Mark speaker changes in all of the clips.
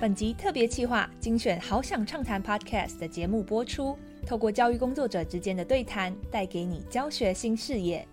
Speaker 1: 本集特别企划精选《好想畅谈》Podcast 的节目播出，透过教育工作者之间的对谈，带给你教学新视野。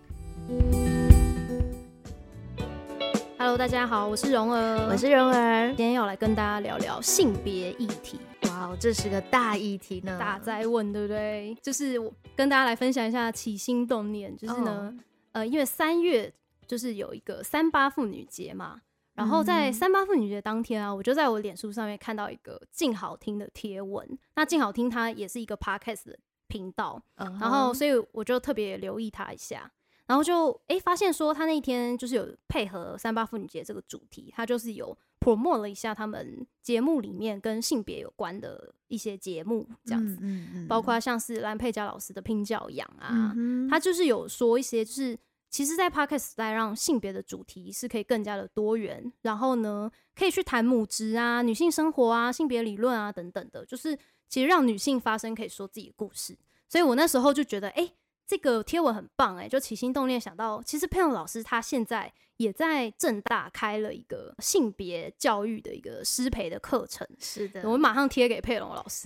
Speaker 2: Hello，大家好，我是蓉儿，
Speaker 3: 我是蓉儿
Speaker 2: 今。天要来跟大家聊聊性别议题，
Speaker 3: 哇哦，这是个大议题呢，
Speaker 2: 大灾问，对不对？就是我跟大家来分享一下起心动念，就是呢，
Speaker 3: 嗯
Speaker 2: 呃，因为三月就是有一个三八妇女节嘛，然后在
Speaker 3: 嗯
Speaker 2: 三八妇女节当天啊，我就在我脸书上面看到一个静好听的贴文，那静好听它也是一个 podcast 的频道，
Speaker 3: 嗯哼，
Speaker 2: 然后所以我就特别留意他一下，然后就诶发现说他那天就是有配合三八妇女节这个主题，他就是有 promote 了一下他们节目里面跟性别有关的一些节目这样子，
Speaker 3: 嗯嗯嗯
Speaker 2: 包括像是蓝佩佳老师的《拼教养》啊，
Speaker 3: 嗯哼
Speaker 2: 他就是有说一些就是。其实，在 podcast 时代，让性别的主题是可以更加的多元，然后呢，可以去谈母职啊、女性生活啊、性别理论啊等等的，就是其实让女性发声，可以说自己的故事。所以我那时候就觉得，哎、这个贴文很棒、诶，哎，就起心动念想到，其实佩蓉老师他现在也在正大开了一个性别教育的一个师培的课程，
Speaker 3: 是的，
Speaker 2: 我马上贴给佩蓉老 师。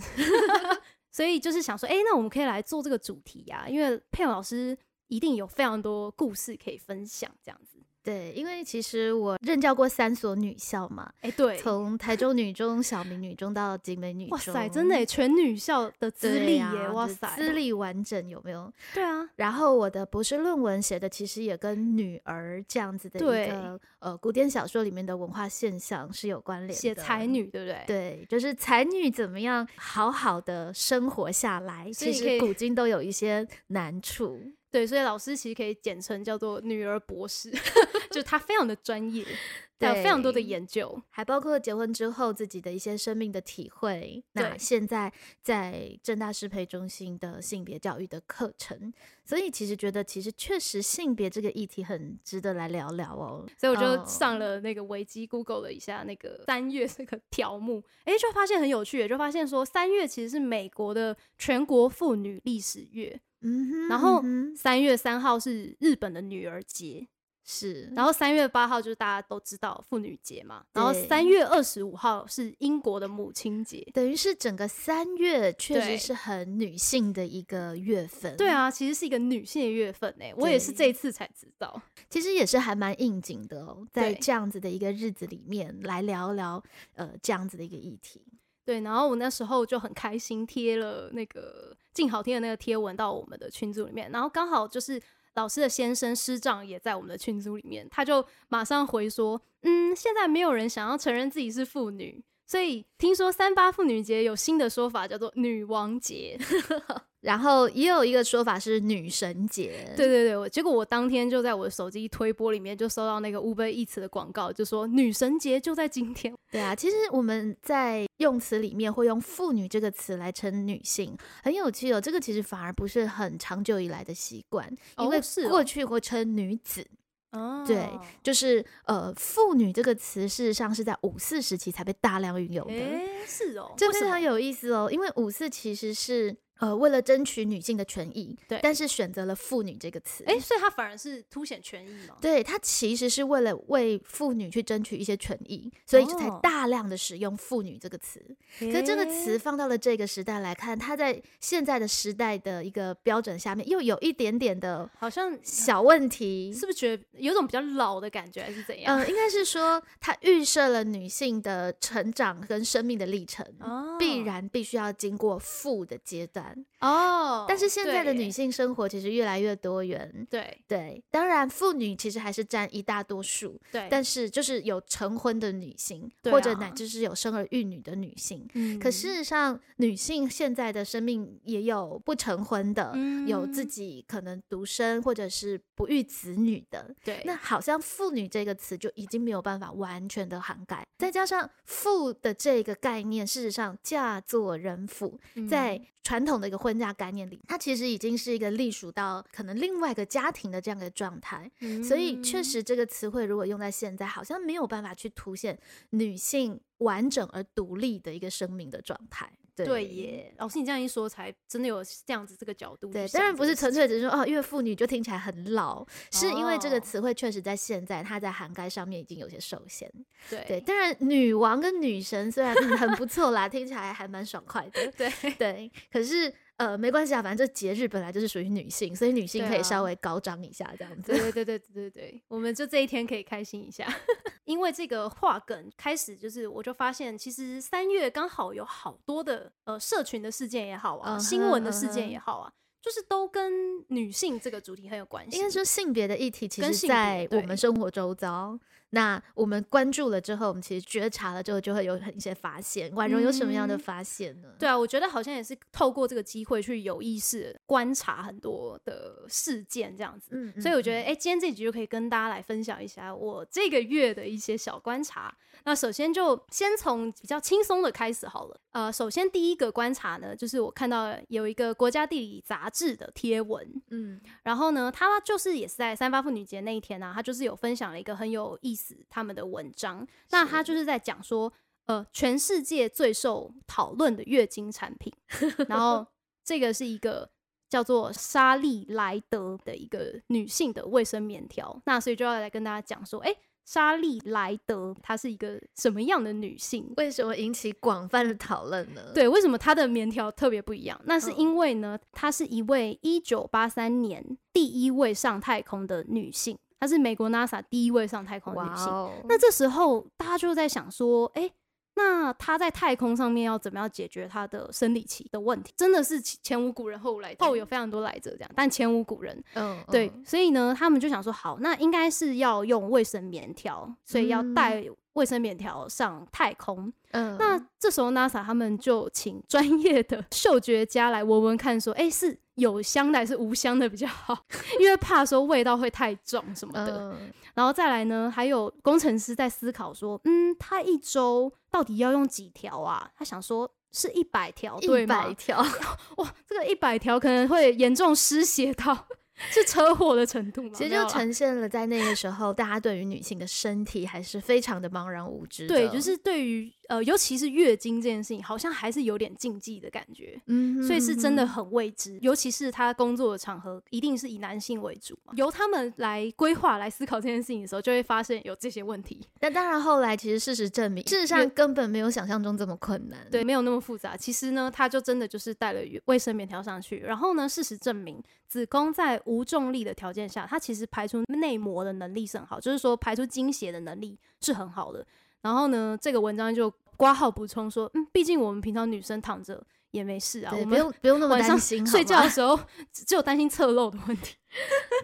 Speaker 2: 所以就是想说，哎、那我们可以来做这个主题呀、因为佩蓉老师一定有非常多故事可以分享，这样子。
Speaker 3: 对，因为其实我任教过三所女校嘛，
Speaker 2: 哎、对，
Speaker 3: 从台中女中、小明女中到景美女中，
Speaker 2: 哇塞，真的耶全女校的资
Speaker 3: 对
Speaker 2: 历耶，
Speaker 3: 呀
Speaker 2: 哇
Speaker 3: 就
Speaker 2: 塞，
Speaker 3: 资历完整有没有？
Speaker 2: 对啊，
Speaker 3: 然后我的博士论文写的其实也跟女儿这样子的
Speaker 2: 对
Speaker 3: 一个呃古典小说里面的文化现象是有关联的，
Speaker 2: 写才。女对不对？
Speaker 3: 对，就是才女怎么样好好的生活下来，
Speaker 2: 所以
Speaker 3: 其
Speaker 2: 可以
Speaker 3: 实古今都有一些难处。
Speaker 2: 对，所以老师其实可以简称叫做“女儿博士”， 就她非常的专业，她有非常多的
Speaker 3: 对
Speaker 2: 研究。
Speaker 3: 还包括结婚之后自己的一些生命的体会。那
Speaker 2: 对
Speaker 3: 现在在正大师培中心的性别教育的课程，所以其实觉得其实确实性别这个议题很值得来聊聊哦。
Speaker 2: 所以我就
Speaker 3: 哦
Speaker 2: 上了那个维基 Google 了一下那个三月这个条目，诶，就发现很有趣耶，就发现说三月其实是美国的全国妇女历史月，
Speaker 3: 嗯哼，
Speaker 2: 然后
Speaker 3: 嗯哼
Speaker 2: 三月三号是日本的女儿节，
Speaker 3: 是，
Speaker 2: 然后三月八号就是大家都知道妇女节嘛，然后
Speaker 3: 对
Speaker 2: 三月二十五号是英国的母亲节。
Speaker 3: 等于是整个三月确
Speaker 2: 对
Speaker 3: 实是很女性的一个月份。
Speaker 2: 对，啊，其实是一个女性的月份诶，我也是这
Speaker 3: 对
Speaker 2: 一次才知道。
Speaker 3: 其实也是还蛮应景的哦，在
Speaker 2: 对
Speaker 3: 这样子的一个日子里面来聊聊呃这样子的一个议题。
Speaker 2: 对，然后我那时候就很开心，贴了那个静好听的那个贴文到我们的群组里面，然后刚好就是老师的先生师长也在我们的群组里面，他就马上回说，嗯，现在没有人想要承认自己是妇女，所以听说三八妇女节有新的说法叫做女王节，
Speaker 3: 然后也有一个说法是女神节，
Speaker 2: 对对对，我结果我当天就在我的手机推播里面就收到那个 Uber Eats 的广告，就说女神节就在今天，
Speaker 3: 对啊，其实我们在用词里面会用“妇女”这个词来称女性，很有趣哦。这个其实反而不是很长久以来的习惯，因
Speaker 2: 哦
Speaker 3: 为
Speaker 2: 是哦
Speaker 3: 过去会称女子，
Speaker 2: 哦
Speaker 3: 对就是呃“妇女”这个词，事实上是在五四时期才被大量运用的。
Speaker 2: 诶，是哦，
Speaker 3: 这
Speaker 2: 为什
Speaker 3: 非常
Speaker 2: 么
Speaker 3: 有意思哦，因为五四其实是呃为了争取女性的权益，
Speaker 2: 对
Speaker 3: 但是选择了“妇女”这个词。
Speaker 2: 诶，所以它反而是凸显权益嘛？
Speaker 3: 对，它其实是为了为妇女去争取一些权益，所以才
Speaker 2: 哦
Speaker 3: 大量的使用“妇女”这个词。可是这个词
Speaker 2: 诶
Speaker 3: 放到了这个时代来看，它在现在的时代的一个标准下面，又有一点点的
Speaker 2: 好像
Speaker 3: 小问题。
Speaker 2: 是不是觉得有种比较老的感觉，还是怎样？
Speaker 3: 呃，应该是说它预设了女性的成长跟生命的历程。
Speaker 2: 哦
Speaker 3: 嗯必然必须要经过负的阶段，
Speaker 2: 哦。
Speaker 3: 但是现在的
Speaker 2: 对
Speaker 3: 女
Speaker 2: 耶
Speaker 3: 性生活其实越来越多元。
Speaker 2: 对
Speaker 3: 对，当然妇女其实还是占一大多数，
Speaker 2: 对，
Speaker 3: 但是就是有成婚的女性，
Speaker 2: 对
Speaker 3: 或者
Speaker 2: 啊
Speaker 3: 乃至是有生儿育女的女性，
Speaker 2: 嗯
Speaker 3: 可事实上，女性现在的生命也有不成婚的，有自
Speaker 2: 嗯
Speaker 3: 己可能独生或者是不育子女的。
Speaker 2: 对
Speaker 3: 那好像“妇女”这个词就已经没有办法完全的涵盖，再加上“妇”的这个概念，事实上嫁作人妇，在
Speaker 2: 嗯
Speaker 3: 传统的一个婚嫁概念里，它其实已经是一个隶属到可能另外一个家庭的这样一个状态。
Speaker 2: 嗯
Speaker 3: 所以，确
Speaker 2: 嗯
Speaker 3: 实这个词汇如果用在现在，好像没有办法去凸显女性完整而独立的一个生命的状态。对
Speaker 2: 对耶，老师你这样一说，才真的有这样子这个角度去想这个
Speaker 3: 对
Speaker 2: 事情。
Speaker 3: 当然不是纯粹只是说哦，因为妇女就听起来很老，是因为这
Speaker 2: 哦
Speaker 3: 个词汇确实在现在它在涵盖上面已经有些受限。对，
Speaker 2: 对
Speaker 3: 当然女王跟女神虽然嗯很不错啦，听起来还蛮爽快的。
Speaker 2: 对
Speaker 3: 对，可是呃没关系啊，反正这节日本来就是属于女性，所以女性
Speaker 2: 对
Speaker 3: 可以
Speaker 2: 啊
Speaker 3: 稍微高涨一下这样子。
Speaker 2: 对对对对对对对，我们就这一天可以开心一下， 因为这个话梗开始就是，我就发现其实三月刚好有好多的呃社群的事件也好啊
Speaker 3: 嗯哼
Speaker 2: 新闻的事
Speaker 3: 嗯
Speaker 2: 件
Speaker 3: 哼
Speaker 2: 也好啊，就是都跟女性这个主题很有关系。
Speaker 3: 应该说性别的议题，其
Speaker 2: 跟
Speaker 3: 实
Speaker 2: 性别
Speaker 3: 在我们
Speaker 2: 对
Speaker 3: 生活周遭，那我们关注了之后，我们其实觉察了之后，就会有很一些发现。婉容有什么样的
Speaker 2: 嗯
Speaker 3: 发现呢？
Speaker 2: 对啊，我觉得好像也是透过这个机会去有意识地观察很多的事件这样子。
Speaker 3: 嗯，嗯
Speaker 2: 所以我觉得，
Speaker 3: 嗯
Speaker 2: 哎、今天这集就可以跟大家来分享一下我这个月的一些小观察。那首先就先从比较轻松的开始好了。呃，首先第一个观察呢，就是我看到有一个国家地理杂志的贴文，
Speaker 3: 嗯，
Speaker 2: 然后呢，他就是也是在三八妇女节那一天啊，他就是有分享了一个很有意思他们的文章。那他就是在讲说，呃，全世界最受讨论的月经产品，然后这个是一个叫做莎莉莱德的一个女性的卫生棉条。那所以就要来跟大家讲说，哎、莎莉莱德她是一个什么样的女性？
Speaker 3: 为什么引起广泛的讨论呢？，
Speaker 2: 对，为什么它的棉条特别不一样？那是
Speaker 3: 嗯
Speaker 2: 因为呢，她是一位一九八三年第一位上太空的女性，她是美国 NASA 第一位上太空的
Speaker 3: 哇
Speaker 2: 女性。
Speaker 3: 哦，
Speaker 2: 那这时候大家就在想说，哎、那她在太空上面要怎么样解决她的生理期的问题？真的是前前无古人后无来者，后有非常多来者这样，但前无古人。
Speaker 3: 嗯，
Speaker 2: 对
Speaker 3: 嗯，
Speaker 2: 所以呢，他们就想说，好，那应该是要用卫生棉条，所以要
Speaker 3: 嗯
Speaker 2: 带卫生棉条上太空。
Speaker 3: 嗯，
Speaker 2: 那这时候 NASA 他们就请专业的 嗅觉家来闻闻看，说，哎、是有香的还是无香的比较好？因为怕说味道会太重什么的。
Speaker 3: 嗯
Speaker 2: 然后再来呢，还有工程师在思考说，嗯，他一周到底要用几条啊？他想说是一百条，对
Speaker 3: 一
Speaker 2: 吗
Speaker 3: 百？条，
Speaker 2: 哇，这个一百条可能会严重失血到是车祸的程度吗？
Speaker 3: 其实
Speaker 2: 没有
Speaker 3: 就
Speaker 2: 啦
Speaker 3: 呈现了在那个时候，大家对于女性的身体还是非常的茫然无知的。
Speaker 2: 对，就是对于呃，尤其是月经这件事情，好像还是有点禁忌的感觉。
Speaker 3: 嗯哼，
Speaker 2: 所以是真的很未知，尤其是他工作的场合一定是以男性为主嘛，由他们来规划、来思考这件事情的时候，就会发现有这些问题。
Speaker 3: 但当然，后来其实事实证明，事实
Speaker 2: 越
Speaker 3: 上根本没有想象中这么困难。
Speaker 2: 对，没有那么复杂。其实呢，他就真的就是带了卫生棉条上去，然后呢，事实证明，子宫在无重力的条件下，它其实排出内膜的能力是很好，就是说排出经血的能力是很好的。然后呢，这个文章就挂号补充说，嗯，毕竟我们平常女生躺着也没事啊，
Speaker 3: 对，
Speaker 2: 我
Speaker 3: 不
Speaker 2: 们
Speaker 3: 用不用那么
Speaker 2: 晚上
Speaker 3: 担心，
Speaker 2: 睡
Speaker 3: 好
Speaker 2: 觉
Speaker 3: 吗
Speaker 2: 的时候 只只有担心侧漏的问题。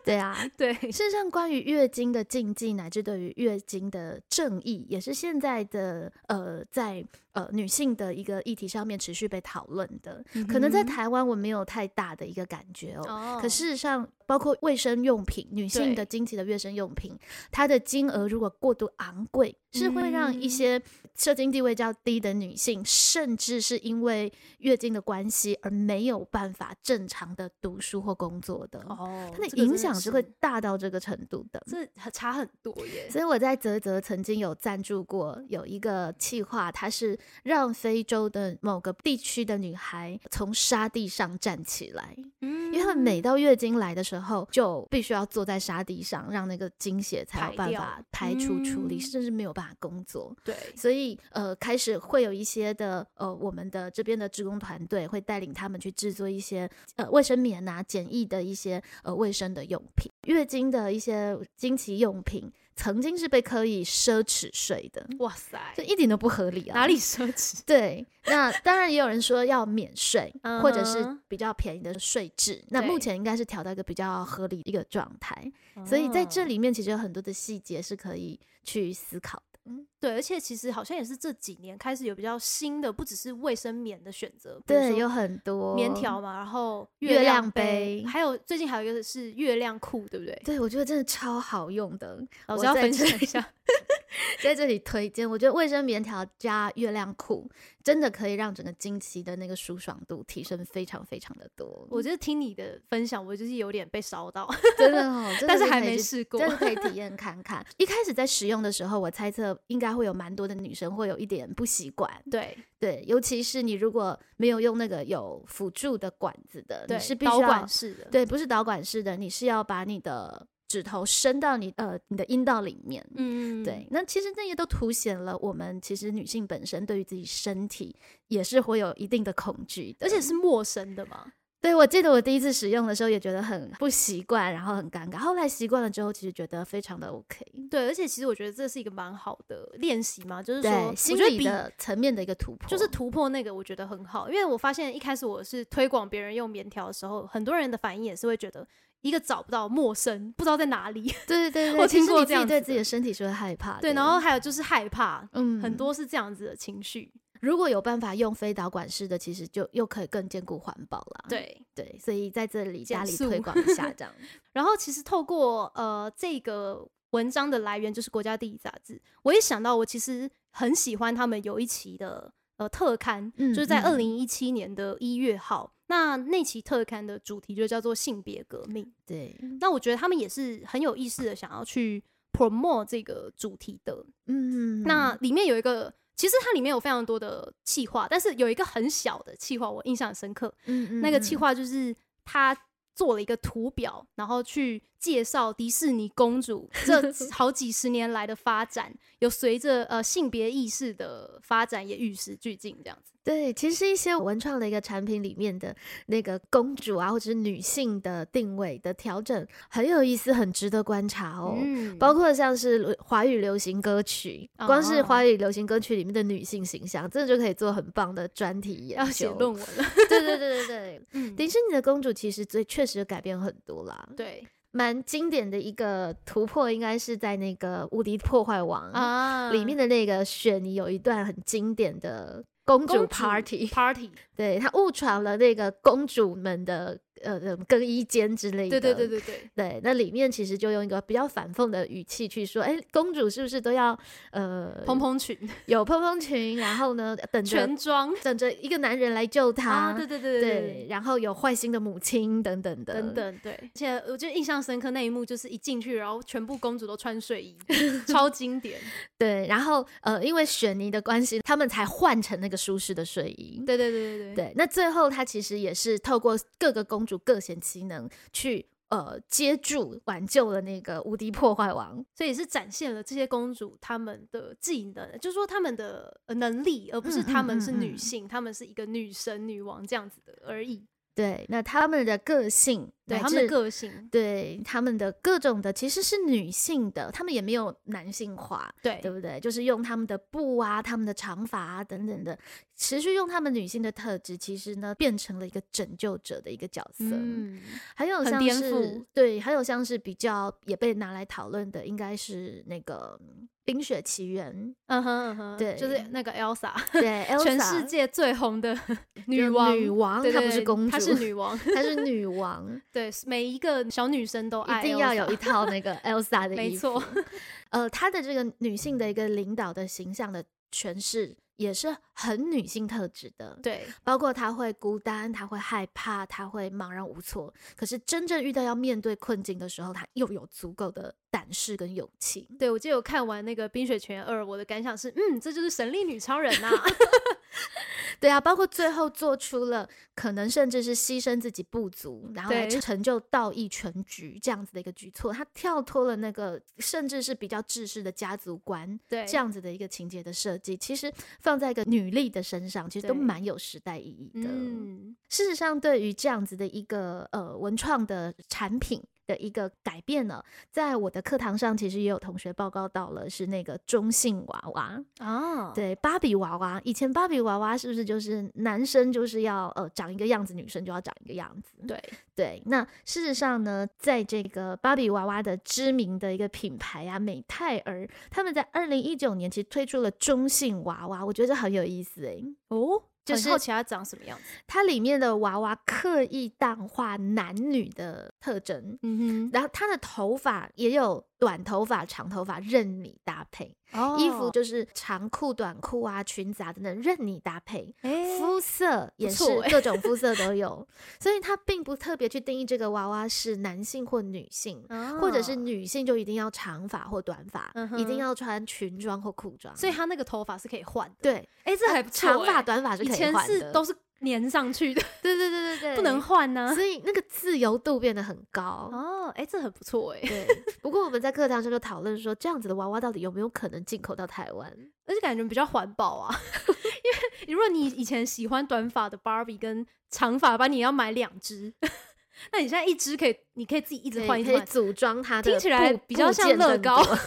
Speaker 3: 对 啊。
Speaker 2: 对，
Speaker 3: 事实上，关于月经的禁忌，乃至对于月经的正义，也是现在的呃，在呃女性的一个议题上面持续被讨论的。可能在
Speaker 2: 嗯哼
Speaker 3: 台湾，我没有太大的一个感觉哦。
Speaker 2: 哦
Speaker 3: 可事实上，包括卫生用品，女性
Speaker 2: 对
Speaker 3: 的经期的卫生用品，它的金额如果过度昂贵，是会让一
Speaker 2: 嗯
Speaker 3: 些社经地位较低的女性，甚至是因为月经的关系而没有办法正常的读书或工作的。
Speaker 2: 哦，
Speaker 3: 它的
Speaker 2: 这个真
Speaker 3: 影响是
Speaker 2: 是
Speaker 3: 会大到这个程度的。
Speaker 2: 这很差很多耶。
Speaker 3: 所以我在泽泽曾经有赞助过有一个企划，它是让非洲的某个地区的女孩从沙地上站起来。
Speaker 2: 嗯
Speaker 3: 因为他们每到月经来的时候，就必须要坐在沙地上，让那个经血才有
Speaker 2: 排
Speaker 3: 办
Speaker 2: 掉
Speaker 3: 法排出处理，
Speaker 2: 嗯
Speaker 3: 甚至没有办法工作。
Speaker 2: 对
Speaker 3: 所以，呃，开始会有一些的，呃，我们的这边的职工团队会带领他们去制作一些，呃，卫生棉啊，简易的一些，呃，卫生的用品，月经的一些经期用品，曾经是被可以奢侈税的，
Speaker 2: 哇塞，
Speaker 3: 这一点都不合理啊！
Speaker 2: 哪里奢 侈？
Speaker 3: 对，那当然也有人说要免税，或者
Speaker 2: 嗯
Speaker 3: 是
Speaker 2: 哼
Speaker 3: 比较便宜的税制。那目
Speaker 2: 对
Speaker 3: 前应该是调到一个比较合理的一个状态，所以在这
Speaker 2: 哦
Speaker 3: 里面其实有很多的细节是可以去思考的。嗯，
Speaker 2: 对，而且其实好像也是这几年开始有比较新的，不只是卫生棉的选择，比如
Speaker 3: 对，
Speaker 2: 说
Speaker 3: 有很多
Speaker 2: 棉。条嘛，然后
Speaker 3: 月
Speaker 2: 月
Speaker 3: 亮
Speaker 2: 杯
Speaker 3: 杯，
Speaker 2: 还有最近还有一个是月亮裤，对不对？
Speaker 3: 对，我觉得真的超好用的。
Speaker 2: 老
Speaker 3: 我
Speaker 2: 师要
Speaker 3: 在
Speaker 2: 分
Speaker 3: 这
Speaker 2: 享一
Speaker 3: 里
Speaker 2: 下，
Speaker 3: 在这里推荐，我觉得卫生棉条加月亮裤真的可以让整个经期的那个舒爽度提升非常非常的多。
Speaker 2: 我就是听你的分享，我就是有点被烧到，
Speaker 3: 真的 哦，真的
Speaker 2: 但是
Speaker 3: 可以
Speaker 2: 还没
Speaker 3: 去
Speaker 2: 试过。
Speaker 3: 真的可以体验看看。一开始在使用的时候，我猜测应该会有蛮多的女生会有一点不习惯，
Speaker 2: 对
Speaker 3: 对，尤其是你如果没有用那个有辅助的管子的，
Speaker 2: 对，
Speaker 3: 你是必
Speaker 2: 导
Speaker 3: 须
Speaker 2: 管
Speaker 3: 要
Speaker 2: 式的，
Speaker 3: 对，不是导管式的，你是要把你的指头伸到你呃你的阴道里面。
Speaker 2: 嗯，嗯，
Speaker 3: 对，那其实这些都凸显了我们其实女性本身对于自己身体也是会有一定的恐惧的，
Speaker 2: 而且是陌生的嘛。
Speaker 3: 对，我记得我第一次使用的时候也觉得很不习惯，然后很尴尬。后来习惯了之后，其实觉得非常的 OK。
Speaker 2: 对，而且其实我觉得这是一个蛮好的练习嘛，就是说，
Speaker 3: 对，
Speaker 2: 我
Speaker 3: 心
Speaker 2: 觉得
Speaker 3: 理
Speaker 2: 比
Speaker 3: 的层面的一个突破，
Speaker 2: 就是突破那个，我觉得很好，因为我发现一开始我是推广别人用棉条的时候，很多人的反应也是会觉得一个找不到陌生，不知道在哪里，
Speaker 3: 对对对对，
Speaker 2: 我
Speaker 3: 其
Speaker 2: 听
Speaker 3: 实
Speaker 2: 过这
Speaker 3: 你自己
Speaker 2: 样
Speaker 3: 对
Speaker 2: 子
Speaker 3: 自己
Speaker 2: 的
Speaker 3: 的身体是会害怕的。
Speaker 2: 对，然后还有就是害怕，
Speaker 3: 嗯，
Speaker 2: 很多是这样子的情绪，
Speaker 3: 如果有办法用非导管式的，其实就又可以更兼顾环保啦。
Speaker 2: 对。
Speaker 3: 对，所以在这里家
Speaker 2: 减
Speaker 3: 里
Speaker 2: 速
Speaker 3: 推广一下， 这样
Speaker 2: 然后其实透过呃这个文章的来源就是《国家地理》杂志，我一想到我其实很喜欢他们有一期的呃特刊，
Speaker 3: 嗯
Speaker 2: 就是在
Speaker 3: 嗯
Speaker 2: 二零一七年的一月号。那那期特刊的主题就叫做性别革命，
Speaker 3: 对，
Speaker 2: 那我觉得他们也是很有意思的，想要去 promote 这个主题的。
Speaker 3: 嗯，
Speaker 2: 那里面有一个，其实它里面有非常多的企划，但是有一个很小的企划我印象很深刻，
Speaker 3: 嗯
Speaker 2: 那个企
Speaker 3: 嗯
Speaker 2: 划就是他做了一个图表，然后去介绍迪士尼公主 这好几十年来的发展，有随着呃性别意识的发展也与时俱进这样子。
Speaker 3: 对，其实一些文创的一个产品里面的那个公主啊，或者是女性的定位的调整，很有意思，很值得观察哦。
Speaker 2: 嗯
Speaker 3: 包括像是流华语流行歌曲，光是
Speaker 2: 哦
Speaker 3: 华语流行歌曲里面的女性形象，真的就可以做很棒的专题研
Speaker 2: 要写
Speaker 3: 究。
Speaker 2: 论文 了，
Speaker 3: 对对对对对，
Speaker 2: 嗯，
Speaker 3: 迪士尼的公主其实最确实改变很多啦。，
Speaker 2: 对
Speaker 3: 蛮经典的一个突破，应该是在那个《无敌破坏王》
Speaker 2: 啊
Speaker 3: 嗯里面的那个雪妮有一段很经典的公主 party，
Speaker 2: party，
Speaker 3: 对她误闯了那个公主们的呃呃更衣间之类
Speaker 2: 对
Speaker 3: 的。
Speaker 2: 对对对对，
Speaker 3: 对，那里面其实就用一个比较反讽的语气去说，哎，公主是不是都要呃
Speaker 2: 蓬蓬裙、
Speaker 3: 有蓬蓬裙，然后呢等着
Speaker 2: 全装
Speaker 3: 等着一个男人来救她，
Speaker 2: 啊，对对对
Speaker 3: 对
Speaker 2: 对
Speaker 3: 然后有坏心的母亲等等的，
Speaker 2: 等等对。而且我觉得印象深刻那一幕就是一进去，然后全部公主都穿睡衣， 超经典。
Speaker 3: 对，然后呃因为雪妮的关系，他们才换成那个舒适的睡衣。
Speaker 2: 对对对对对
Speaker 3: 对，那最后她其实也是透过各个公主各显其能去。呃，接住挽救了那个无敌破坏王，
Speaker 2: 所以也是展现了这些公主她们的技能，就是说她们的呃能力，而不是
Speaker 3: 嗯
Speaker 2: 她们
Speaker 3: 嗯
Speaker 2: 是
Speaker 3: 嗯
Speaker 2: 女
Speaker 3: 嗯
Speaker 2: 性，她们是一个女神、女王这样子的而已。
Speaker 3: 对，那他们的个性，
Speaker 2: 对
Speaker 3: 乃
Speaker 2: 她们的
Speaker 3: 至
Speaker 2: 个性，
Speaker 3: 对他们的各种的其实是女性的，他们也没有男性化，
Speaker 2: 对
Speaker 3: 对不对？就是用他们的布啊、他们的长发啊等等的，持续用他们女性的特质，其实呢变成了一个拯救者的一个角色。
Speaker 2: 嗯，
Speaker 3: 还有
Speaker 2: 很
Speaker 3: 像
Speaker 2: 颠覆
Speaker 3: 是对，还有像是比较也被拿来讨论的，应该是那个嗯《冰雪奇缘
Speaker 2: 嗯哼嗯哼，
Speaker 3: 对
Speaker 2: 就是那个 Elsa，》
Speaker 3: 对，Elsa
Speaker 2: 全世界最红的 女
Speaker 3: 就
Speaker 2: 王，
Speaker 3: 女王
Speaker 2: 对
Speaker 3: 她
Speaker 2: 对
Speaker 3: 不是
Speaker 2: 对
Speaker 3: 公
Speaker 2: 她
Speaker 3: 主
Speaker 2: 是女王，
Speaker 3: 她是女王，
Speaker 2: 对，每一个小女生都爱，
Speaker 3: 一定要有一，套 那个 Elsa 的
Speaker 2: 没
Speaker 3: 衣服。
Speaker 2: 错，
Speaker 3: 呃，她的这个女性的一个领导的形象的诠释，也是很女性特质的。，
Speaker 2: 对，
Speaker 3: 包括她会孤单，她会害怕，她会茫然无措。可是真正遇到要面对困境的时候，她又有足够的胆识跟勇气。
Speaker 2: 对，我记得我看完那个《冰雪奇缘二》，我的感想是，嗯，这就是神力女超人啊 呐、
Speaker 3: 对啊，包括最后做出了可能甚至是牺牲自己不足，然后来
Speaker 2: 对
Speaker 3: 成就道义全局这样子的一个举措，她跳脱了那个甚至是比较制式的家族观，
Speaker 2: 对，
Speaker 3: 这样子的一个情节的设计，其实放在一个女力的身上，其实都
Speaker 2: 对
Speaker 3: 蛮有时代意义的。
Speaker 2: 嗯，
Speaker 3: 事实上，对于这样子的一个呃文创的产品的一个改变呢，在我的课堂上，其实也有同学报告到了，是那个中性娃娃，
Speaker 2: 啊，
Speaker 3: 对，芭比娃娃。以前芭比娃娃是不是就是男生就是要呃长一个样子，女生就要长一个样子？
Speaker 2: 对，
Speaker 3: 对，那事实上呢，在这个芭比娃娃的知名的一个品牌啊，美泰儿，他们在二零一九年其实推出了中性娃娃，我觉得这很有意思诶、
Speaker 2: 哦，
Speaker 3: 就
Speaker 2: 很
Speaker 3: 是
Speaker 2: 好奇它长什么样子。
Speaker 3: 它里面的娃娃刻意淡化男女的特征，
Speaker 2: 嗯哼，
Speaker 3: 然后它的头发也有短头发、长头发任你搭配，
Speaker 2: 哦
Speaker 3: 衣服就是长裤、短裤啊、裙子啊等等任你搭配。
Speaker 2: 哎
Speaker 3: 肤色也是
Speaker 2: 错欸
Speaker 3: 各种 肤色都有，所以它并不特别去定义这个娃娃是男性或女性，或者是
Speaker 2: 啊
Speaker 3: 女性就一定要长发或短发，
Speaker 2: 嗯
Speaker 3: 一定
Speaker 2: 哼
Speaker 3: 要穿裙装或裤装。
Speaker 2: 所以他那个头发是可以换的。，
Speaker 3: 对，
Speaker 2: 哎、这还不错
Speaker 3: 长发
Speaker 2: 哎
Speaker 3: 短发是
Speaker 2: 以
Speaker 3: 可
Speaker 2: 前
Speaker 3: 换
Speaker 2: 是
Speaker 3: 的，
Speaker 2: 都是粘上去的，
Speaker 3: 对对对对对，
Speaker 2: 不能换呢、
Speaker 3: 所以那个自由度变得很高。
Speaker 2: 哦，哎、这很不错哎、
Speaker 3: 对，不过我们在课堂上就讨论说，这样子的娃娃到底有没有可能进口到台湾？
Speaker 2: 而且感觉比较环保啊。 因为如果你以前喜欢短发的 Barbie 跟长发 Barbie，你要买两只， 那你现在一只可以，你可以自己一直
Speaker 3: 可
Speaker 2: 换
Speaker 3: 以
Speaker 2: 一
Speaker 3: 可
Speaker 2: 直
Speaker 3: 以
Speaker 2: 换，
Speaker 3: 组装它的部，
Speaker 2: 听起来比较
Speaker 3: 部
Speaker 2: 像
Speaker 3: 件
Speaker 2: 乐
Speaker 3: 更
Speaker 2: 高
Speaker 3: 多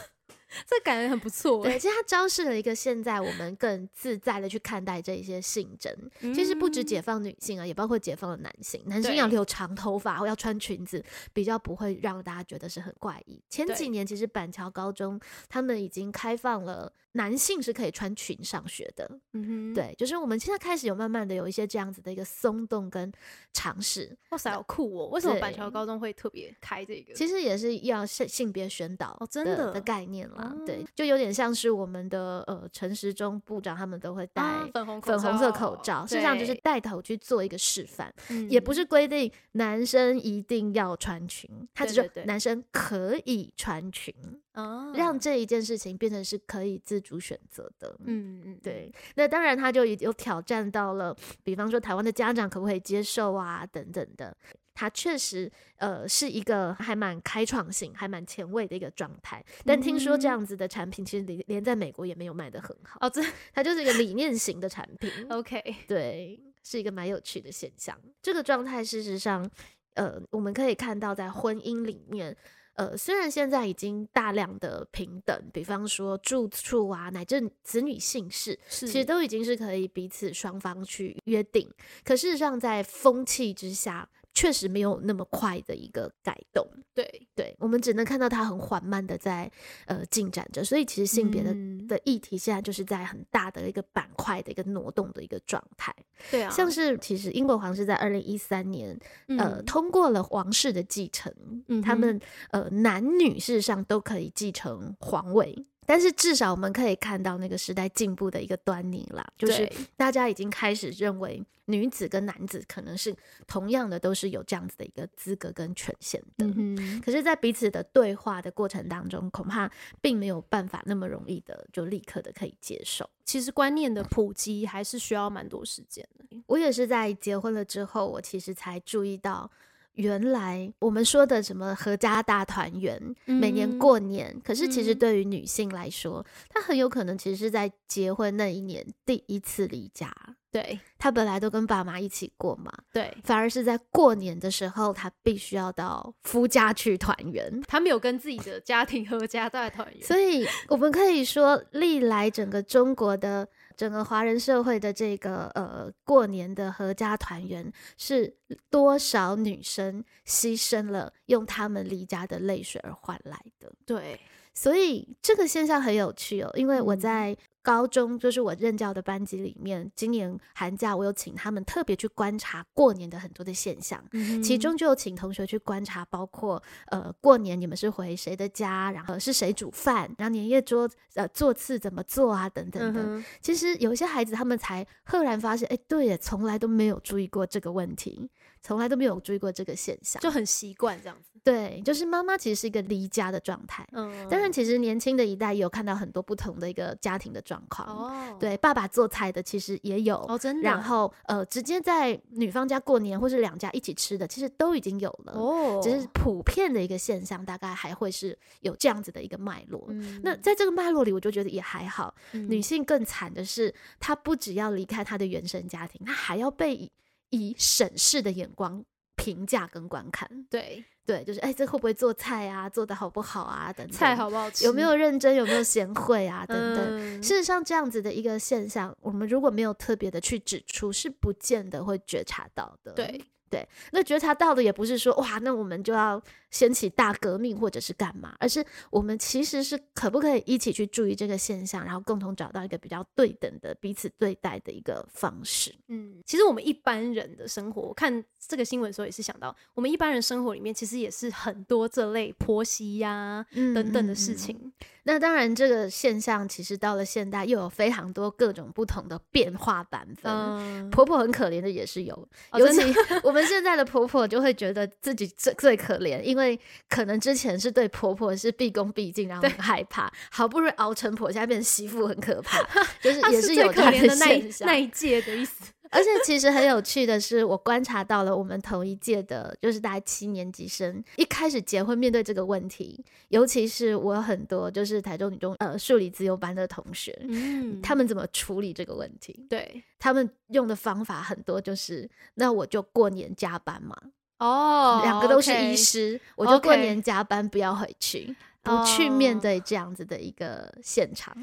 Speaker 2: 这感觉很不错哎、
Speaker 3: 对，其实它昭示了一个现在我们更自在的去看待这一些性征。其实不止
Speaker 2: 嗯
Speaker 3: 解放女性啊，也包括解放了男性。男性
Speaker 2: 对
Speaker 3: 要留长头发或要穿裙子，比较不会让大家觉得是很怪异。前
Speaker 2: 对
Speaker 3: 几年其实板桥高中他们已经开放了男性是可以穿裙上学的，
Speaker 2: 嗯哼，
Speaker 3: 对，就是我们现在开始有慢慢的有一些这样子的一个松动跟尝试，
Speaker 2: 哇塞，好酷哦！为什么板
Speaker 3: 对
Speaker 2: 桥高中会特别开这个？
Speaker 3: 其实也是要性性别宣导
Speaker 2: 哦真
Speaker 3: 的
Speaker 2: 的
Speaker 3: 概念啦，对
Speaker 2: 哦，
Speaker 3: 就有点像是我们的呃陈时中部长他们都会戴。
Speaker 2: 啊粉红
Speaker 3: 粉红色口罩，事实上就是
Speaker 2: 对嗯
Speaker 3: 带头去做一个示范。也不是规定男生一定要穿裙，他
Speaker 2: 对
Speaker 3: 只是
Speaker 2: 对对
Speaker 3: 男生可以穿裙，
Speaker 2: 嗯哦
Speaker 3: 让这一件事情变成是可以自主选择的。，
Speaker 2: 嗯嗯
Speaker 3: 对。那当然，他就已有挑战到了，比方说台湾的家长可不可以接受啊，等等的。它确实，呃，是一个还蛮开创性、还蛮前卫的一个状态。但听说这
Speaker 2: 嗯
Speaker 3: 样子的产品，其实连连在美国也没有卖得很好，
Speaker 2: 哦这
Speaker 3: 它就是一个理念型的产品。
Speaker 2: OK
Speaker 3: 对，是一个蛮有趣的现象。这个状态事实上，呃，我们可以看到在婚姻里面。呃，虽然现在已经大量的平等，比方说住处啊，乃至子女姓氏，
Speaker 2: 是
Speaker 3: 其实都已经是可以彼此双方去约定。可事实上，在风气之下，确实没有那么快的一个改动。
Speaker 2: 对
Speaker 3: 对我们只能看到它很缓慢的在呃进展着，所以其实性别的、
Speaker 2: 嗯
Speaker 3: 的议题现在就是在很大的一个板块的一个挪动的一个状态。
Speaker 2: 对啊，
Speaker 3: 像是其实英国皇室在二零一三年、呃
Speaker 2: 嗯
Speaker 3: 通过了皇室的继承，
Speaker 2: 嗯
Speaker 3: 他
Speaker 2: 哼
Speaker 3: 们呃男女事实上都可以继承皇位。但是至少我们可以看到那个时代进步的一个端倪啦，就是
Speaker 2: 对
Speaker 3: 大家已经开始认为女子跟男子可能是同样的，都是有这样子的一个资格跟权限的。
Speaker 2: 嗯哼
Speaker 3: 可是，在彼此的对话的过程当中，恐怕并没有办法那么容易的就立刻的可以接受。
Speaker 2: 其实观念的普及还是需要蛮多时间的。
Speaker 3: 我也是在结婚了之后，我其实才注意到，原来我们说的什么合家大团圆，每年
Speaker 2: 嗯
Speaker 3: 过年，可是其实
Speaker 2: 嗯
Speaker 3: 对于女性来说，她很有可能其实是在结婚那一年第一次离家。
Speaker 2: 对
Speaker 3: 她本来都跟爸妈一起过嘛，
Speaker 2: 对，
Speaker 3: 反而是在过年的时候，她必须要到夫家去团圆。
Speaker 2: 他没有跟自己的家庭合家大团圆，
Speaker 3: 所以我们可以说，历来整个中国的整个华人社会的这个呃过年的合家团圆，是多少女生牺牲了用她们离家的泪水而换来的。
Speaker 2: 对
Speaker 3: 所以这个现象很有趣哦，因为我
Speaker 2: 嗯
Speaker 3: 在高中，就是我任教的班级里面，今年寒假我有请他们特别去观察过年的很多的现象。
Speaker 2: 嗯
Speaker 3: 其中就有请同学去观察，包括呃过年你们是回谁的家，然后是谁煮饭，然后年夜桌呃座次怎么做啊，等等的。
Speaker 2: 嗯哼
Speaker 3: 其实有一些孩子他们才赫然发现，哎，对耶，从来都没有注意过这个问题，从来都没有注意过这个现象。
Speaker 2: 就很习惯这样子。
Speaker 3: 对，就是妈妈其实是一个离家的状态。
Speaker 2: 嗯，
Speaker 3: 当然，其实年轻的一代也有看到很多不同的一个家庭的状况。
Speaker 2: 哦，
Speaker 3: 对，爸爸做菜的其实也有，
Speaker 2: 哦，真的，
Speaker 3: 然后呃，直接在女方家过年或是两家一起吃的，其实都已经有了。
Speaker 2: 哦，
Speaker 3: 只是普遍的一个现象，大概还会是有这样子的一个脉络。
Speaker 2: 嗯
Speaker 3: 那在这个脉络里，我就觉得也还好。女
Speaker 2: 嗯
Speaker 3: 性更惨的是，她不只要离开她的原生家庭，她还要被以以审视的眼光评价跟观看。
Speaker 2: 对
Speaker 3: 对，就是哎，这会不会做菜啊？做的好不好啊？等等，
Speaker 2: 菜好不好吃，
Speaker 3: 有没有认真？有没有贤惠 啊？等等。
Speaker 2: 嗯
Speaker 3: 事实上，这样子的一个现象，我们如果没有特别的去指出，是不见得会觉察到的。
Speaker 2: 对
Speaker 3: 对，那觉察到的也不是说哇，那我们就要掀起大革命或者是干嘛，而是我们其实是可不可以一起去注意这个现象，然后共同找到一个比较对等的彼此对待的一个方式。
Speaker 2: 嗯，其实我们一般人的生活，我看这个新闻的时候也是想到，我们一般人生活里面其实也是很多这类婆媳呀、
Speaker 3: 嗯
Speaker 2: 等等的
Speaker 3: 嗯
Speaker 2: 事
Speaker 3: 嗯
Speaker 2: 情。
Speaker 3: 那当然，这个现象其实到了现代，又有非常多各种不同的变化版本。
Speaker 2: 嗯，
Speaker 3: 婆婆很可怜的也是有，
Speaker 2: 哦
Speaker 3: 尤
Speaker 2: 真
Speaker 3: 其
Speaker 2: 的
Speaker 3: 我们现在的婆婆就会觉得自己最最可怜，因为可能之前是对婆婆是毕恭毕敬，然后很害怕，好不容易熬成婆，现在变成媳妇，很 可怕，就是
Speaker 2: 她
Speaker 3: 也
Speaker 2: 是最
Speaker 3: 有
Speaker 2: 可
Speaker 3: 她
Speaker 2: 怜的那
Speaker 3: 现
Speaker 2: 一
Speaker 3: 象
Speaker 2: 那。一届的意 思。
Speaker 3: 而且其实很有趣的是，我观察到了我们同一届的，就是大概七年级生，一开始结婚面对这个问题，尤其是我有很多就是台中女中呃数理自由班的同学，
Speaker 2: 嗯
Speaker 3: 他们怎么处理这个问题？
Speaker 2: 对
Speaker 3: 他们用的方法很多，就是那我就过年加班嘛，
Speaker 2: 哦，
Speaker 3: 两个都是
Speaker 2: OK
Speaker 3: 医师我就过
Speaker 2: OK
Speaker 3: 年加班，不要回去，不去面
Speaker 2: 哦
Speaker 3: 对这样子的一个现场，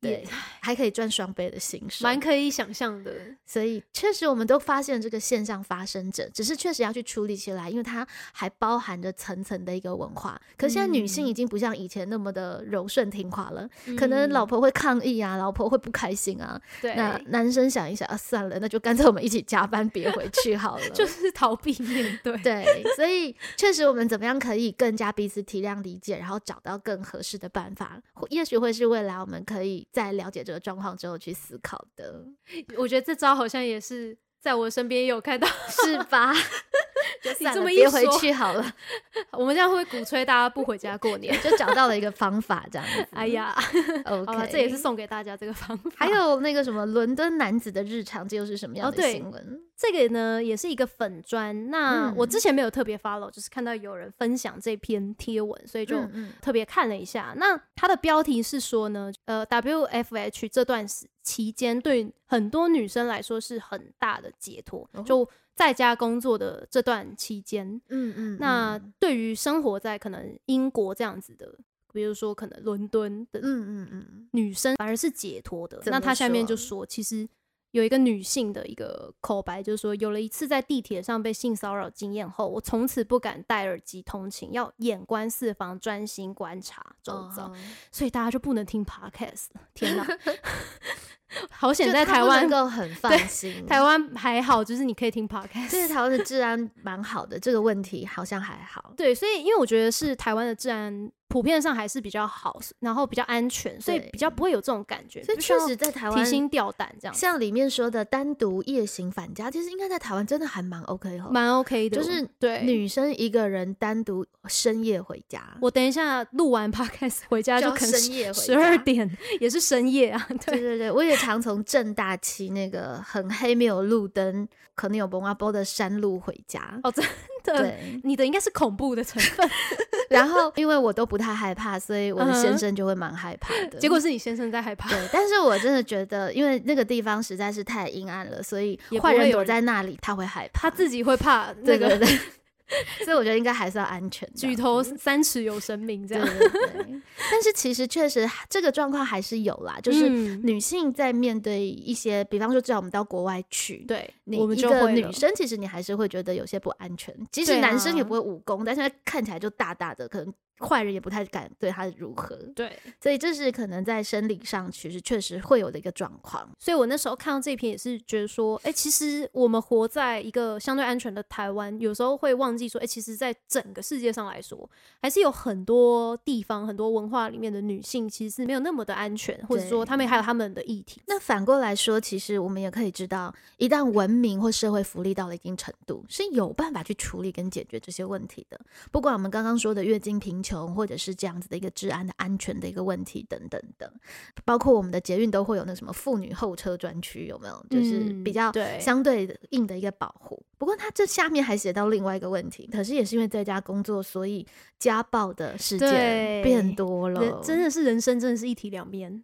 Speaker 3: 对
Speaker 2: 也，
Speaker 3: 还可以赚双倍的薪水，
Speaker 2: 蛮可以想象的。
Speaker 3: 所以确实，我们都发现这个现象发生着，只是确实要去处理起来，因为它还包含着层层的一个文化。可现在女性
Speaker 2: 嗯
Speaker 3: 已经不像以前那么的柔顺听话了，可能老
Speaker 2: 嗯
Speaker 3: 婆会抗议啊，老婆会不开心啊。
Speaker 2: 对
Speaker 3: 那男生想一想啊，算了，那就干脆我们一起加班，别回去好了。
Speaker 2: 就是逃避面 对。
Speaker 3: 对，所以确实，我们怎么样可以更加彼此体谅、理解，然后找到更合适的办法，或也许会是未来我们可以在了解这个状况之后去思考的，
Speaker 2: 我觉得这招好像也是在我身边也有看到。
Speaker 3: 是吧？就
Speaker 2: 你
Speaker 3: 算
Speaker 2: 这
Speaker 3: 了，
Speaker 2: 么一
Speaker 3: 别回
Speaker 2: 说
Speaker 3: 去好了。？
Speaker 2: 我们这样会不会鼓吹大家不回家过年
Speaker 3: 就找到了一个方法，这样子。
Speaker 2: 哎呀，
Speaker 3: ，OK，、
Speaker 2: 好了，这也是。送给大家这个方法。
Speaker 3: 还有那个什么伦敦男子的日常，这又是什么样
Speaker 2: 哦
Speaker 3: 的
Speaker 2: 对
Speaker 3: 新闻？
Speaker 2: 这个呢，也是一个粉砖。那
Speaker 3: 嗯
Speaker 2: 我之前没有特别 follow，就是看到有人分享这篇贴文，所以就
Speaker 3: 嗯嗯
Speaker 2: 特别看了一下。那它的标题是说呢，呃，WFH 这段时期间对很多女生来说是很大的解脱，
Speaker 3: 哦
Speaker 2: 就在家工作的这段期间，
Speaker 3: 嗯嗯
Speaker 2: 那
Speaker 3: 嗯
Speaker 2: 对于生活在可能英国这样子的，比如说可能伦敦的
Speaker 3: 嗯嗯
Speaker 2: 女生，反而是解脱的。
Speaker 3: 怎
Speaker 2: 那
Speaker 3: 么
Speaker 2: 她下面
Speaker 3: 说
Speaker 2: 就说，其实有一个女性的一个口白，就是说，有了一次在地铁上被性骚扰经验后，我从此不敢戴耳机通勤，要眼观四方，专心观察周
Speaker 3: 嗯，
Speaker 2: 遭。
Speaker 3: 哦
Speaker 2: 所以大家就不能听 podcast 了。天 哪！ 好险
Speaker 3: 就
Speaker 2: 在
Speaker 3: 他
Speaker 2: 台
Speaker 3: 不
Speaker 2: 湾
Speaker 3: 能，够很放心。
Speaker 2: 台湾还好，就是你可以听 podcast。
Speaker 3: 这是台湾的治安蛮好的，这个问题好像还好。
Speaker 2: 对，所以因为我觉得是台湾的治安普遍上还是比较好，然后比较安全，所以
Speaker 3: 对
Speaker 2: 比较不会有这种感觉，
Speaker 3: 所以
Speaker 2: 不需要
Speaker 3: 确实在台
Speaker 2: 提
Speaker 3: 湾，
Speaker 2: 心吊胆这样，
Speaker 3: 像里面说的单独夜行返家，其实应该在台湾真的还蛮 OK 哈。
Speaker 2: 蛮 OK 的。
Speaker 3: 就是
Speaker 2: 对
Speaker 3: 女生一个人单独深夜回家，
Speaker 2: 我等一下录完 podcast 回家
Speaker 3: 就
Speaker 2: 就
Speaker 3: 要
Speaker 2: 可能
Speaker 3: 深夜回
Speaker 2: 十二
Speaker 3: 家
Speaker 2: 点，也是深夜啊。
Speaker 3: 对
Speaker 2: 对，
Speaker 3: 对对，我也常从正大骑那个很黑、没有路灯、可能有蒙阿波的山路回家。
Speaker 2: 哦，真的，
Speaker 3: 对，
Speaker 2: 你的应该是恐怖的成分，
Speaker 3: 然后因为我都不太害怕，所以我的
Speaker 2: 嗯
Speaker 3: 先
Speaker 2: 哼
Speaker 3: 生就会蛮害怕的。
Speaker 2: 结果是你先生在害怕。
Speaker 3: 对，但是我真的觉得，因为那个地方实在是太阴暗了，所以
Speaker 2: 也不
Speaker 3: 坏
Speaker 2: 会
Speaker 3: 人
Speaker 2: 有
Speaker 3: 躲
Speaker 2: 人
Speaker 3: 在那里，他会害怕。
Speaker 2: 他自己会怕那
Speaker 3: 对对
Speaker 2: 个
Speaker 3: 对，所以我觉得应该还是要安全这
Speaker 2: 举
Speaker 3: 样子。
Speaker 2: 头三尺有神明这
Speaker 3: 对
Speaker 2: 样，
Speaker 3: 对对，但是其实确实这个状况还是有啦，就是
Speaker 2: 嗯
Speaker 3: 女性在面对一些，比方说，至少我们到国外去，
Speaker 2: 对，
Speaker 3: 你
Speaker 2: 我们
Speaker 3: 一
Speaker 2: 就
Speaker 3: 个
Speaker 2: 会
Speaker 3: 女
Speaker 2: 了
Speaker 3: 生，其实你还是会觉得有些不安全。即使
Speaker 2: 对
Speaker 3: 男生也
Speaker 2: 啊
Speaker 3: 不会武功，但是他看起来就大大的，可能坏人也不太敢对他如何。
Speaker 2: 对，
Speaker 3: 所以这是可能在生理上其实确实会有的一个状况。
Speaker 2: 所以我那时候看到这一篇也是觉得说，哎、其实我们活在一个相对安全的台湾，有时候会忘记说，哎、其实，在整个世界上来说，还是有很多地方、很多文化里面的女性其实是没有那么的安全，或者说
Speaker 3: 对
Speaker 2: 她们还有她们的议题。
Speaker 3: 那反过来说，其实我们也可以知道，一旦文明或社会福利到了一定程度，是有办法去处理跟解决这些问题的。不管我们刚刚说的月经贫穷，或者是这样子的一个治安的安全的一个问题等等的，包括我们的捷运都会有那什么妇女候车专区，有没有？就是
Speaker 2: 嗯
Speaker 3: 比较
Speaker 2: 对
Speaker 3: 相对硬的一个保护。不过它这下面还写到另外一个问题，可是也是因为在家工作，所以家暴的事件
Speaker 2: 对
Speaker 3: 变多
Speaker 2: 人
Speaker 3: 了，
Speaker 2: 真的是人生真的是一体两面。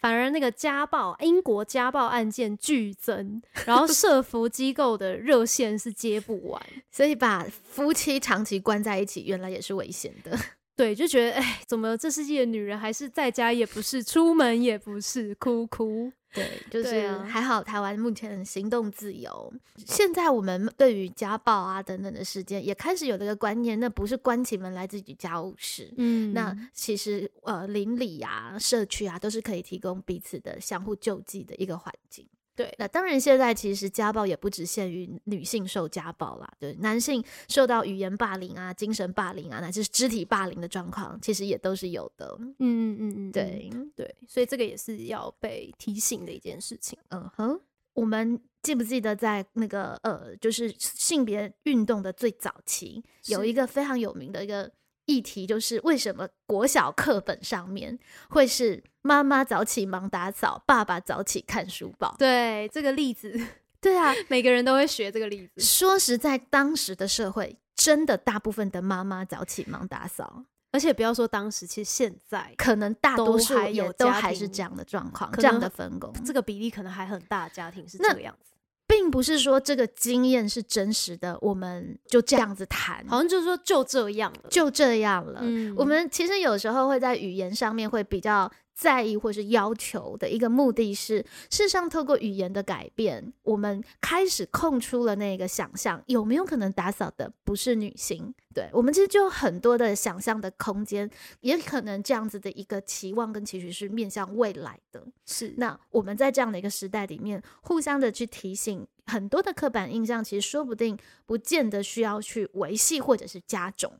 Speaker 2: 反而那个家暴，英国家暴案件剧增，然后社服机构的热线是接不完。
Speaker 3: 所以把夫妻长期关在一起，原来也是危险的。
Speaker 2: 对，就觉得哎，怎么这世纪的女人还是在家也不是，出门也不是，哭哭。
Speaker 3: 对，就
Speaker 2: 对
Speaker 3: 是
Speaker 2: 啊
Speaker 3: 还好台湾目前行动自由。现在我们对于家暴啊等等的事件也开始有这个观念，那不是关起门来自己家务事。
Speaker 2: 嗯
Speaker 3: 那其实呃，邻里啊、社区啊，都是可以提供彼此的相互救济的一个环境。
Speaker 2: 对
Speaker 3: 那当然，现在其实家暴也不只限于女性受家暴啦，对，男性受到语言霸凌啊、精神霸凌啊，乃至肢体霸凌的状况，其实也都是有的。
Speaker 2: 嗯嗯嗯嗯，
Speaker 3: 对，
Speaker 2: 对，所以这个也是要被提醒的一件事情。
Speaker 3: 嗯哼，我们记不记得在那个呃，就是性别运动的最早期，有
Speaker 2: 是
Speaker 3: 一个非常有名的一个议题，就是为什么国小课本上面会是妈妈早起忙打扫，爸爸早起看书报？
Speaker 2: 对，这个例子，
Speaker 3: 对啊，
Speaker 2: 每个人都会学这个例子，
Speaker 3: 说实在，当时的社会真的大部分的妈妈早起忙打扫，
Speaker 2: 而且不要说当时，其实现在
Speaker 3: 可能大
Speaker 2: 都
Speaker 3: 多数
Speaker 2: 还
Speaker 3: 也
Speaker 2: 有
Speaker 3: 都
Speaker 2: 家
Speaker 3: 还是
Speaker 2: 庭
Speaker 3: 这样的状况，
Speaker 2: 可
Speaker 3: 这样
Speaker 2: 能
Speaker 3: 的分工。
Speaker 2: 这个比例可能还很大，家庭是
Speaker 3: 那
Speaker 2: 这个样子。
Speaker 3: 并不是说这个经验是真实的，我们就这样子谈，
Speaker 2: 好像就是说就这样了，
Speaker 3: 就这样了。
Speaker 2: 嗯
Speaker 3: 我们其实有时候会在语言上面会比较在意或是要求的一个目的是，事实上透过语言的改变，我们开始空出了那个想象，有没有可能打扫的不是女性？对我们其实就有很多的想象的空间，也可能这样子的一个期望跟期许是面向未来的。
Speaker 2: 是
Speaker 3: 那我们在这样的一个时代里面，互相的去提醒，很多的刻板印象其实说不定不见得需要去维系或者是加重。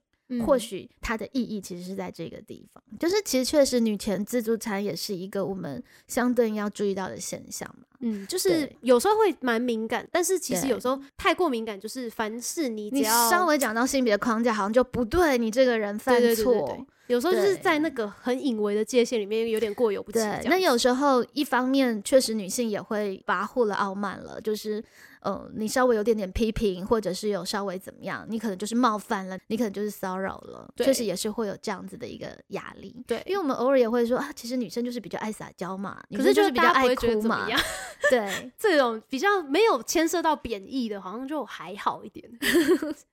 Speaker 3: 或
Speaker 2: 嗯
Speaker 3: 许它的意义其实是在这个地方，就是其实确实女权自助餐也是一个我们相对应要注意到的现象嘛。
Speaker 2: 嗯，就是
Speaker 3: 对
Speaker 2: 有时候会蛮敏感，但是其实
Speaker 3: 对
Speaker 2: 有时候太过敏感，就是凡事你只
Speaker 3: 你
Speaker 2: 要
Speaker 3: 稍微讲到性别框架，好像就不对，你这个人犯
Speaker 2: 对对对对对
Speaker 3: 错。，
Speaker 2: 有时候就是
Speaker 3: 对
Speaker 2: 在那个很隐微的界限里面有点过犹不及。
Speaker 3: 对，那有时候一方面确实女性也会跋扈了、傲慢了，就是嗯、呃你稍微有点点批评，或者是有稍微怎么样，你可能就是冒犯了，你可能就是骚扰了，
Speaker 2: 对
Speaker 3: 确实也是会有这样子的一个压力。
Speaker 2: 对，
Speaker 3: 因为我们偶尔也会说啊，其实女生就是比较爱撒娇嘛，女
Speaker 2: 可
Speaker 3: 生
Speaker 2: 是
Speaker 3: 就
Speaker 2: 就是
Speaker 3: 比较
Speaker 2: 大家不
Speaker 3: 爱
Speaker 2: 会觉得
Speaker 3: 哭
Speaker 2: 怎么
Speaker 3: 嘛，
Speaker 2: 样
Speaker 3: 对，
Speaker 2: 这种比较没有牵涉到贬义的，好像就还好一点。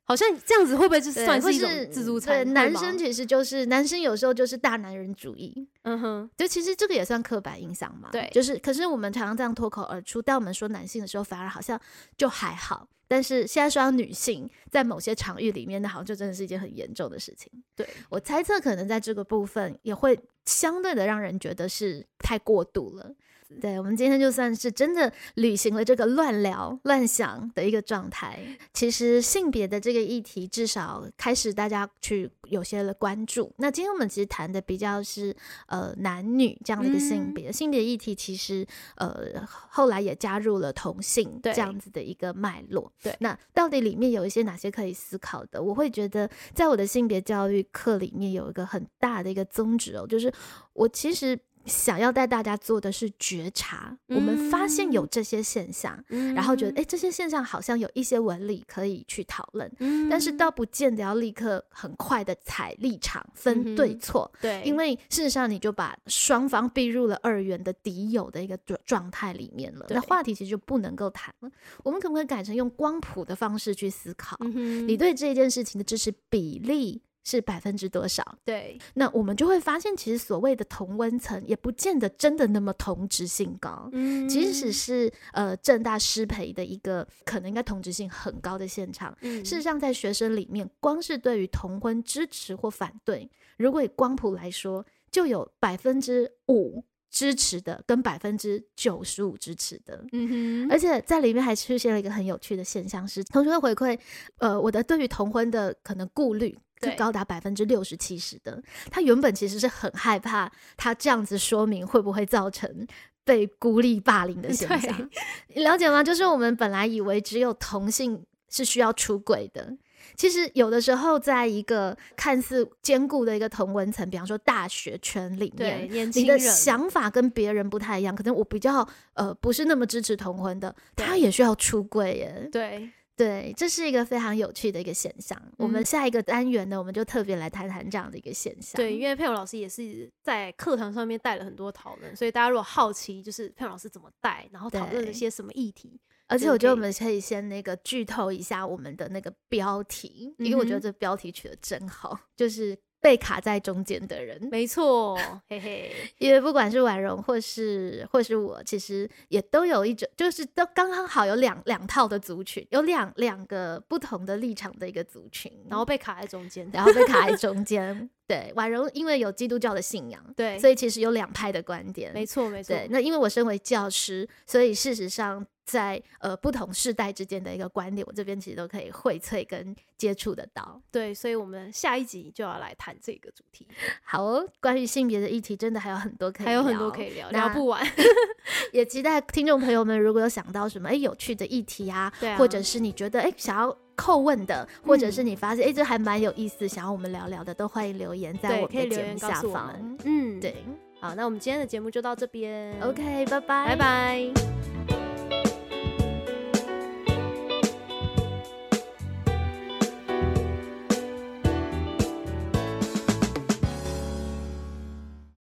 Speaker 2: 好像这样子会不会就
Speaker 3: 对
Speaker 2: 算
Speaker 3: 或
Speaker 2: 是一种
Speaker 3: 是嗯
Speaker 2: 自助餐？
Speaker 3: 对，
Speaker 2: 会
Speaker 3: 男
Speaker 2: 吗
Speaker 3: 生其实就是男生有时候就是大男人主义，
Speaker 2: 嗯哼，
Speaker 3: 就其实这个也算刻板印象嘛。
Speaker 2: 对
Speaker 3: 就是可是我们常常这样脱口而出，当我们说男性的时候，反而好像就还好。但是现在说到女性，在某些场域里面，那好像就真的是一件很严重的事情。
Speaker 2: 对，
Speaker 3: 我猜测，可能在这个部分也会相对的让人觉得是太过度了。对，我们今天就算是真的履行了这个乱聊、乱想的一个状态。其实性别的这个议题，至少开始大家去有些的关注。那今天我们其实谈的比较是呃男女这样的一个性
Speaker 2: 嗯
Speaker 3: 别、性别议题，其实呃后来也加入了同性
Speaker 2: 对
Speaker 3: 这样子的一个脉络。
Speaker 2: 对
Speaker 3: 那到底里面有一些哪些可以思考的？我会觉得在我的性别教育课里面有一个很大的一个宗旨哦，就是我其实想要带大家做的是觉察，我们发现
Speaker 2: 嗯
Speaker 3: 有这些现象，嗯然后觉得
Speaker 2: 哎，
Speaker 3: 诶，这些现象好像有一些纹理可以去讨论，
Speaker 2: 嗯
Speaker 3: 但是倒不见得要立刻很快的踩立场分
Speaker 2: 嗯
Speaker 3: 对
Speaker 2: 哼
Speaker 3: 错，
Speaker 2: 对，
Speaker 3: 因为事实上，你就把双方逼入了二元的敌友的一个状状态里面了，
Speaker 2: 对
Speaker 3: 那话题其实就不能够谈了。我们可不可以改成用光谱的方式去思考？
Speaker 2: 嗯哼
Speaker 3: 你对这件事情的支持比例是百分之多少？
Speaker 2: 对
Speaker 3: 那我们就会发现，其实所谓的同温层也不见得真的那么同质性高。
Speaker 2: 嗯
Speaker 3: 即使是呃正大师培的一个可能应该同质性很高的现场，
Speaker 2: 嗯
Speaker 3: 事实上，在学生里面，光是对于同婚支持或反对，如果以光谱来说，就有百分之五支持的跟百分之九十五支持的。
Speaker 2: 嗯哼，
Speaker 3: 而且在里面还出现了一个很有趣的现象是，同学会回馈，呃，我的对于同婚的可能顾虑是
Speaker 2: 对
Speaker 3: 高达百分之六十七十的。他原本其实是很害怕，他这样子说明会不会造成被孤立霸凌
Speaker 2: 嗯
Speaker 3: 的现象，你了解吗？就是我们本来以为只有同性是需要出轨的。其实有的时候，在一个看似坚固的一个同文层，比方说大学圈里面
Speaker 2: 对，年
Speaker 3: 你
Speaker 2: 轻
Speaker 3: 的
Speaker 2: 人
Speaker 3: 想法跟别人不太一样，可能我比较呃不是那么支持同婚的，
Speaker 2: 对
Speaker 3: 他也需要出柜耶。
Speaker 2: 对
Speaker 3: 对，这是一个非常有趣的一个现象。我们
Speaker 2: 嗯
Speaker 3: 下一个单元呢，我们就特别来谈谈这样的一个现象。
Speaker 2: 对，因为佩蓉老师也是在课堂上面带了很多讨论，所以大家如果好奇，就是佩蓉老师怎么带，然后讨论
Speaker 3: 对
Speaker 2: 了些什么议题，
Speaker 3: 而且
Speaker 2: 就
Speaker 3: 我觉得我
Speaker 2: 可以
Speaker 3: 们可以先那个剧透一下我们的那个标题，因为我觉得
Speaker 2: 嗯哼
Speaker 3: 这标题取得真好，就是。被卡在中间的人。
Speaker 2: 没错，嘿嘿，
Speaker 3: 因为不管是婉容或是或是我，其实也都有一种，就是都刚刚好有两两套的族群，有两两个不同的立场的一个族群，
Speaker 2: 然后被卡在中间，
Speaker 3: 然后被 卡在中间。对，婉容因为有基督教的信仰，
Speaker 2: 对
Speaker 3: 所以其实有两派的观点。
Speaker 2: 没错没错，
Speaker 3: 对，那因为我身为教师，所以事实上在呃不同世代之间的一个观点，我这边其实都可以荟萃跟接触得到。
Speaker 2: 对，所以我们下一集就要来谈这个主题，
Speaker 3: 好哦，关于性别的议题，真的还有很多可以
Speaker 2: 还有很多可以聊，聊不完。
Speaker 3: 也期待听众朋友们，如果有想到什么哎有趣的议题啊，
Speaker 2: 对啊
Speaker 3: 或者是你觉得哎想要叩问的，或者
Speaker 2: 嗯
Speaker 3: 是你发现哎、这还蛮有意思，想要我们聊聊的，都欢迎留言在
Speaker 2: 对，
Speaker 3: 我
Speaker 2: 可
Speaker 3: 们
Speaker 2: 以留
Speaker 3: 的节
Speaker 2: 言
Speaker 3: 目
Speaker 2: 告
Speaker 3: 下
Speaker 2: 诉我
Speaker 3: 方。
Speaker 2: 们。嗯，
Speaker 3: 对
Speaker 2: 好，那我们今天的节目就到这边
Speaker 3: ，OK，拜拜，
Speaker 2: 拜拜。